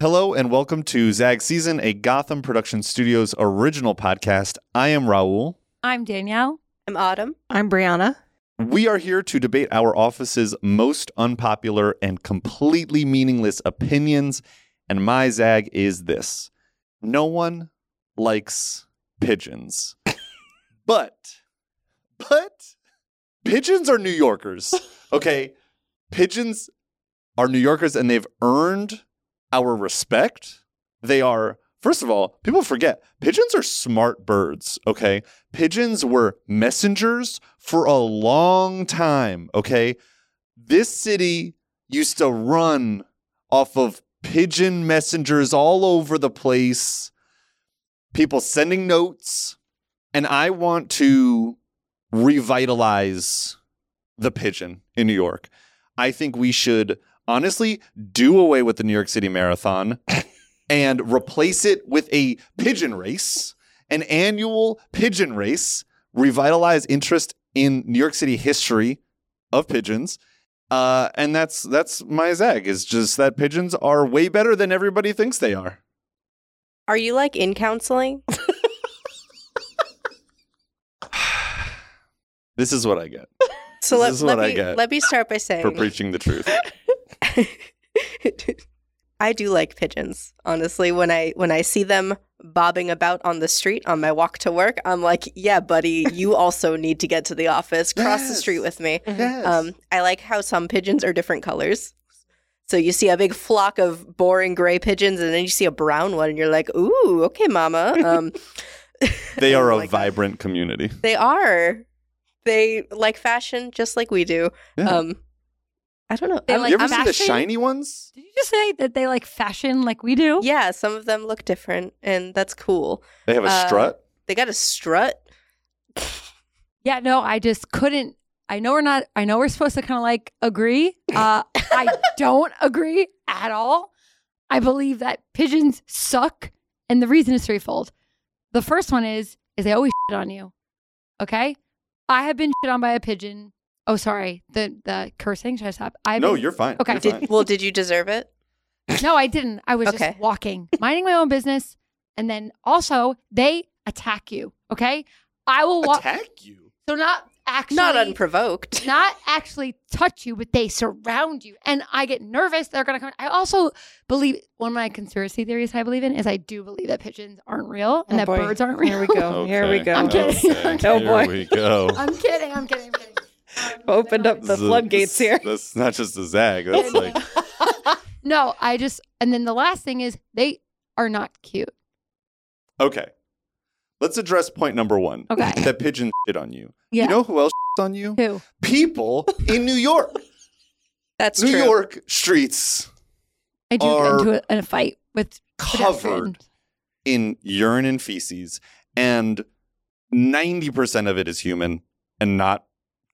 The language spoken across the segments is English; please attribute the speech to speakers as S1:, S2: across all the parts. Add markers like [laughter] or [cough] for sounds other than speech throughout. S1: Hello and welcome to Zag Season, a Gotham Production Studios original podcast. I am Raul.
S2: I'm Danielle.
S3: I'm Autumn.
S4: I'm Brianna.
S1: We are here to debate our office's most unpopular and completely meaningless opinions, and my zag is this no one likes pigeons. but, but, pigeons are New Yorkers, okay? pigeons are New Yorkers and they've earned our respect. They are, first of all, people forget pigeons are smart birds, okay? Pigeons were messengers for a long time, okay? This city used to run off of pigeon messengers all over the place, people sending notes, and I want to revitalize the pigeon in New York. I think we should honestly do away with the New York City Marathon [coughs] and replace it with a pigeon race, an annual pigeon race, revitalize interest in New York City history of pigeons. Uh, and that's that's my zag is just that pigeons are way better than everybody thinks they are.
S3: Are you like in counseling?
S1: [laughs] This is what I get
S3: So
S1: This
S3: let,
S1: is
S3: let
S1: what I
S3: me
S1: get
S3: let me start by
S1: for
S3: saying
S1: preaching the truth.
S3: [laughs] I do like pigeons. Honestly, when I when I see them bobbing about on the street on my walk to work, I'm like, yeah, buddy,
S1: [laughs]
S3: you also need to get to the office. Cross the
S1: Yes.
S3: street with me.
S1: Yes.
S3: Um, I like how some pigeons are different colors. So you see a big flock of boring gray pigeons, and then you see a brown one, and you're like, "Ooh, okay, mama."
S1: [laughs]
S3: Um,
S1: they are a
S3: like that.
S1: vibrant community.
S3: They are. They like fashion just like we do.
S1: Yeah.
S3: Um I don't know.
S2: They
S3: I'm-
S2: like
S1: you ever
S3: I'm-
S1: see the
S2: fashion?
S1: shiny ones?
S2: Did you just say that they like fashion like we do?
S3: yeah, some of them look different and that's cool.
S1: They have a
S3: Uh,
S1: strut.
S3: They got a strut.
S2: Yeah, no, I just couldn't. I know we're not, I know we're supposed to kind of like agree. Uh, I don't agree at all. I believe that pigeons suck. And the reason is threefold. The first one is, is they always shit on you. Okay. I have been shit on by a pigeon. Oh, sorry. The, the cursing. Should I stop? I've
S1: no,
S2: been-
S1: you're fine.
S2: Okay.
S1: You're
S2: Did-
S1: fine.
S3: Well, did you deserve it?
S2: No, I didn't. I was
S3: Okay.
S2: just walking, minding my own business. And then also, they attack you. Okay. I will walk.
S1: Attack you.
S2: So, not actually,
S3: Not unprovoked.
S2: not actually touch you, but they surround you. And I get nervous. They're going to come. I also believe one of my conspiracy theories I believe in is I do believe that pigeons aren't real and
S4: Oh,
S2: that
S4: boy.
S2: birds aren't real.
S4: [laughs] Here we go.
S1: [laughs]
S3: Oh,
S4: Here we
S1: Oh, Okay.
S4: go.
S2: I'm
S3: [laughs]
S2: kidding. I'm
S4: Oh,
S1: Here
S4: boy.
S1: we go.
S2: [laughs] I'm kidding. I'm kidding. I'm
S4: [laughs]
S2: kidding. Um,
S4: Opened up the
S1: This is a-
S4: floodgates here.
S1: That's not just a zag.
S2: [laughs]
S1: That's like
S2: No, I just, and then the last thing is they are not cute.
S1: okay. Let's address point number one.
S2: Okay.
S1: [laughs] That pigeon shit on you.
S2: Yeah.
S1: You know who else shits on you?
S2: Who?
S1: People in New York.
S3: [laughs]
S2: [laughs]
S3: That's
S1: New
S3: true.
S1: York streets
S2: I do
S1: Are
S2: get into a, in a fight with
S1: covered
S2: pedestrians.
S1: in urine and feces, and ninety percent of it is human and not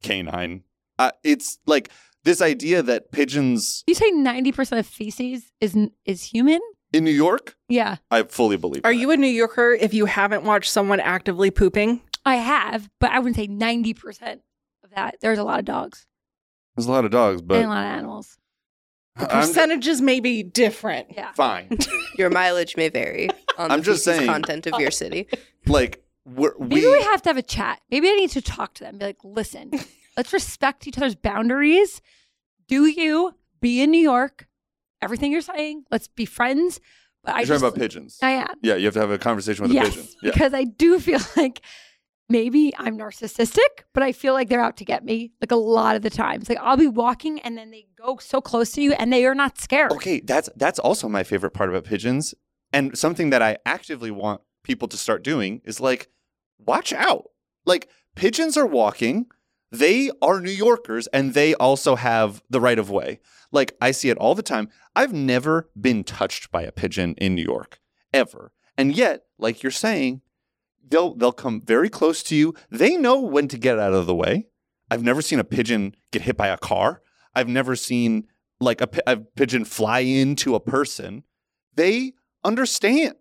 S1: canine. Uh, it's like this idea that pigeons
S2: You say ninety percent of feces is is human?
S1: in New York.
S2: Yeah,
S1: I fully believe.
S4: Are
S1: that.
S4: you a New Yorker if you haven't watched someone actively pooping?
S2: I have, but I wouldn't say ninety percent of that. There's a lot of dogs
S1: There's a lot of dogs, but
S2: and a lot of animals.
S1: I'm-
S4: Percentages may be different.
S2: Yeah,
S1: fine.
S3: Your mileage may vary
S1: [laughs]
S3: on
S1: I'm
S3: the
S1: just
S3: feces
S1: saying-
S3: content of
S1: [laughs]
S3: your city.
S1: like we're, we
S2: maybe we have to have a chat. Maybe I need to talk to them. Be like,
S1: [laughs]
S2: listen, let's respect each other's boundaries. Do you be in New York? Everything you're saying, let's be friends. But I
S1: you're
S2: just,
S1: talking about pigeons.
S2: I am.
S1: yeah, you have to have a conversation with
S2: yes,
S1: a pigeon. Yeah.
S2: because I do feel [laughs] like maybe I'm narcissistic, but I feel like they're out to get me. Like a lot of the times, like I'll be walking and then they go so close to you and they are not scared.
S1: Okay, that's that's also my favorite part about pigeons, and something that I actively want people to start doing is like, watch out. Like pigeons are walking. They are New Yorkers and they also have the right of way. Like I see it all the time. I've never been touched by a pigeon in New York ever. And yet, like you're saying, they'll they'll come very close to you. They know when to get out of the way. I've never seen a pigeon get hit by a car. I've never seen like a, pi- a pigeon fly into a person. They understand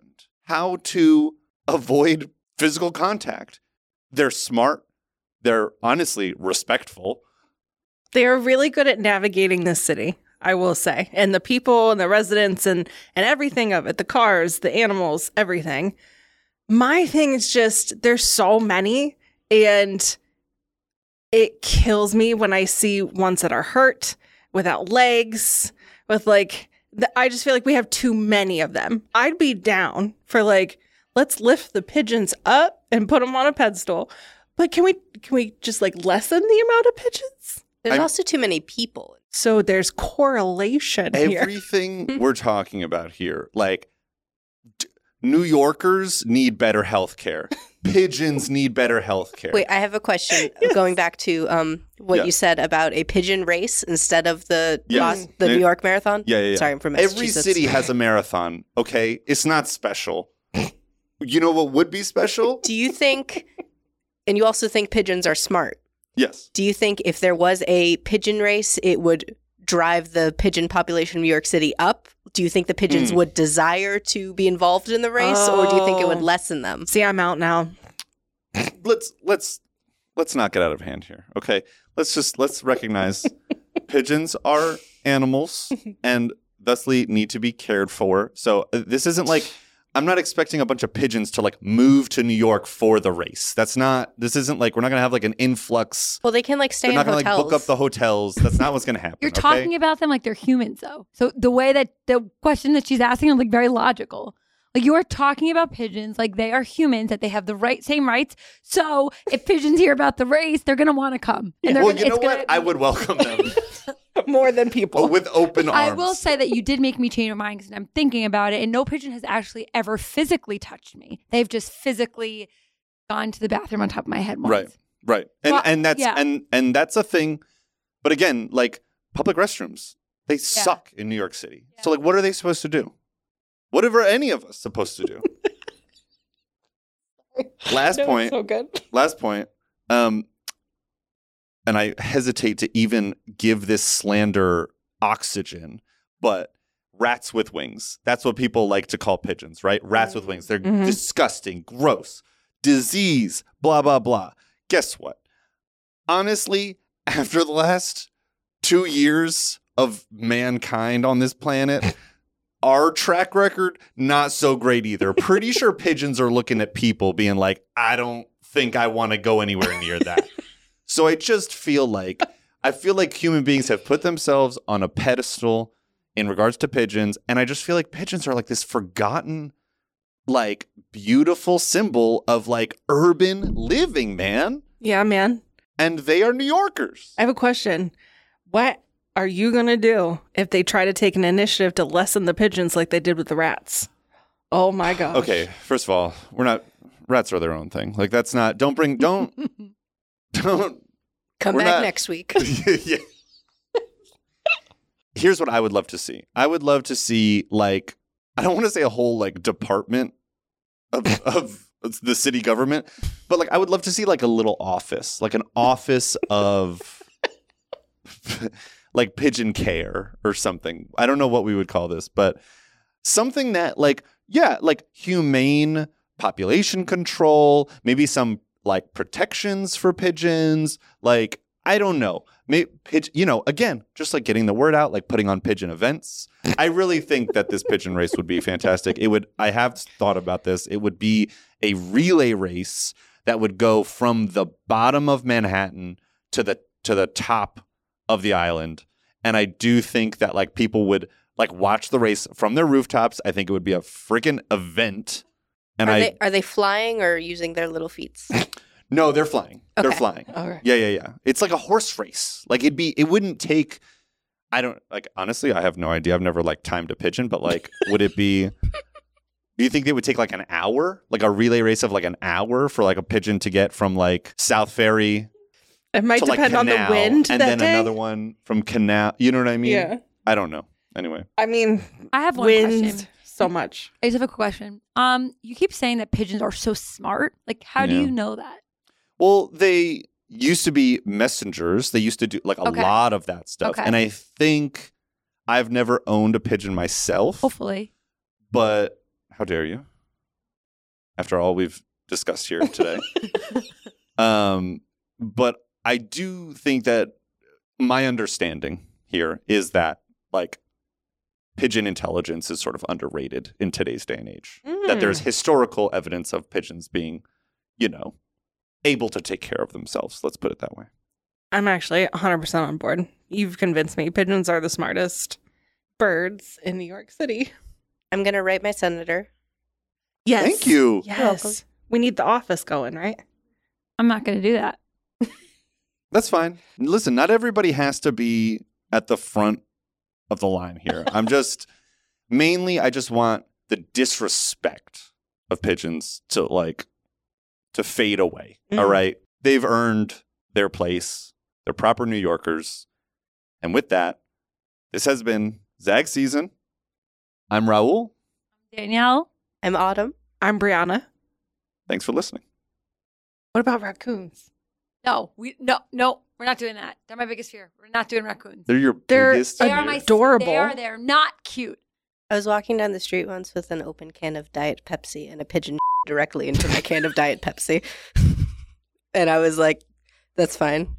S1: how to avoid physical contact. They're smart. They're honestly respectful.
S4: They're really good at navigating this city. I will say. And the people and the residents and and everything of it, the cars, the animals, everything. My thing is just there's so many and it kills me when I see ones that are hurt, without legs, with like the, I just feel like we have too many of them. I'd be down for like let's lift the pigeons up and put them on a pedestal. But can we can we just like lessen the amount of pigeons?
S3: There's
S1: I'm-
S3: also too many people.
S4: So there's correlation
S3: [laughs]
S4: here.
S3: Hmm.
S1: Everything we're talking about here, like d- New Yorkers need better health
S3: [laughs]
S1: care. Pigeons need better health care.
S3: Wait, I have a
S4: [laughs]
S3: question. uh, Going back to um, what
S1: Yeah.
S3: you said about a pigeon race instead of the
S1: Yes.
S3: Los- the
S1: Yeah.
S3: New York Marathon.
S1: Yeah, yeah, yeah.
S3: Sorry, I'm from
S1: Every
S3: Massachusetts.
S1: city has a marathon, okay? It's not
S3: [laughs]
S1: special. you know what would be special?
S3: Do you think? And you also think pigeons are smart.
S1: Yes.
S3: Do you think if there was a pigeon race, it would drive the pigeon population of New York City up? Do you think the pigeons
S1: Mm.
S3: would desire to be involved in the race, or do you think it would
S4: Oh.
S3: lessen them?
S4: See, I'm out now.
S1: Let's let's let's not get out of hand here. Okay? Let's just let's
S2: [laughs]
S1: recognize pigeons are animals and thusly need to be cared for. So uh, this isn't like I'm not expecting a bunch of pigeons to like move to New York for the race. That's not this isn't like we're not going to have like an influx.
S3: Well, they can like stay
S1: They're
S3: in
S1: not going to like
S3: hotels.
S1: book up the hotels. That's not what's going to happen.
S2: [laughs] You're
S1: okay?
S2: talking about them like they're humans, though. So the way that the question that she's asking is like very logical. Like you are talking about pigeons, like they are humans, that they have the right same rights. So if pigeons hear about the race, they're gonna want to come. And they're
S1: Well,
S2: gonna,
S1: you know
S2: it's gonna-
S1: what? I would welcome
S2: [laughs]
S1: them.
S4: [laughs] More than
S1: Oh,
S4: people.
S1: with open arms.
S2: I will say that you did make me change my mind because I'm thinking about it, and no pigeon has actually ever physically touched me. They've just physically gone to the bathroom on top of my head once.
S1: Right. right, and
S2: Well,
S1: and that's
S2: yeah.
S1: and and that's a thing. But again, like public restrooms, they suck in New York City. So like, what are they supposed to do? Whatever any of us supposed to
S2: [laughs]
S1: do?
S4: [laughs]
S1: last point.
S4: So good.
S1: last point. Um, and I hesitate to even give this slander oxygen, but rats with wings. That's what people like to call pigeons, right? Rats with wings. They're
S4: Mhm.
S1: disgusting, gross, disease, blah, blah, blah. Guess what? Honestly, after the last two years of mankind on this planet, our track record not so great either.
S4: [laughs]
S1: Pretty sure pigeons are looking at people being like, I don't think I want to go anywhere near that.
S4: [laughs]
S1: so I just feel like I feel like human beings have put themselves on a pedestal in regards to pigeons and I just feel like pigeons are like this forgotten like beautiful symbol of like urban living, man.
S4: Yeah, man.
S1: And they are New Yorkers.
S4: I have a question. What are you gonna do if they try to take an initiative to lessen the pigeons like they did with the rats? Oh my god.
S1: Okay, first of all, we're not rats are their own thing. Like that's not don't bring
S4: [laughs]
S1: don't [laughs] don't
S3: Come
S1: We're
S3: back
S1: not- [laughs]
S3: next week.
S1: yeah. Here's what I would love to see. I would love to see like I don't want to say a whole like department of of the city government, but like I would love to see like a little office, like an office of [laughs] like pigeon care or something. I don't know what we would call this, but something that like yeah, like humane population control, maybe some like protections for pigeons, like I don't know. Maybe pigeon, you know, again, just like getting the word out, like putting on pigeon events. I really think that this pigeon race would be fantastic. It would I have thought about this. It would be a relay race that would go from the bottom of Manhattan to the to the top of the island. And I do think that like people would like watch the race from their rooftops. I think it would be a freaking event. And
S3: are
S1: I
S3: they are they flying or using their little feet?
S1: [laughs] no, they're flying. They're
S3: Okay.
S1: flying.
S3: All right.
S1: Yeah, yeah, yeah. It's like a horse race. Like it'd be it wouldn't take I don't like honestly, I have no idea. I've never like timed a pigeon, but like would it be Do you think they would take like an hour? Like a relay race of like an hour for like a pigeon to get from like South Ferry
S4: It might
S1: to like
S4: depend
S1: Canal
S4: on the wind
S1: and
S4: that
S1: then
S4: day.
S1: another one from Canal. You know what I mean?
S4: Yeah.
S1: I don't know. Anyway,
S4: I mean,
S2: I have one
S4: wind
S2: question.
S4: so much.
S2: I just have a question. Um, you keep saying that pigeons are so smart. Like, how do
S1: Yeah.
S2: you know that?
S1: well, they used to be messengers. They used to do like a
S2: Okay.
S1: lot of that stuff.
S2: Okay.
S1: And I think I've never owned a pigeon myself.
S2: Hopefully,
S1: But how dare you? After all we've discussed here today. um, but I do think that my understanding here is that like pigeon intelligence is sort of underrated in today's day and age. That there's historical evidence of pigeons being, you know, able to take care of themselves. Let's put it that way.
S4: I'm actually 100% on board. You've convinced me. Pigeons are the smartest birds in New York City.
S3: I'm going to write my senator.
S4: Yes.
S1: Thank you.
S3: welcome.
S4: Yes. We need the office going, right?
S2: I'm not going to do that.
S1: That's fine. Listen, not everybody has to be at the front of the line here. I'm just mainly I just want the disrespect of pigeons to like to fade away.
S4: Mm.
S1: All right. They've earned their place. They're proper New Yorkers. And with that, this has been Zag season. I'm Raul.
S2: Danielle,
S3: I'm Autumn.
S4: I'm Brianna.
S1: Thanks for listening.
S4: What about raccoons?
S2: no, we no no, we're not doing that. They're my biggest fear. We're not doing raccoons.
S1: They're your
S4: They're-
S1: biggest
S2: They are
S1: fear.
S2: my
S4: Adorable.
S2: They are. They're not cute.
S3: I was walking down the street once with an open can of Diet Pepsi and a pigeon [laughs] directly into my can of Diet Pepsi. and I was like, that's fine.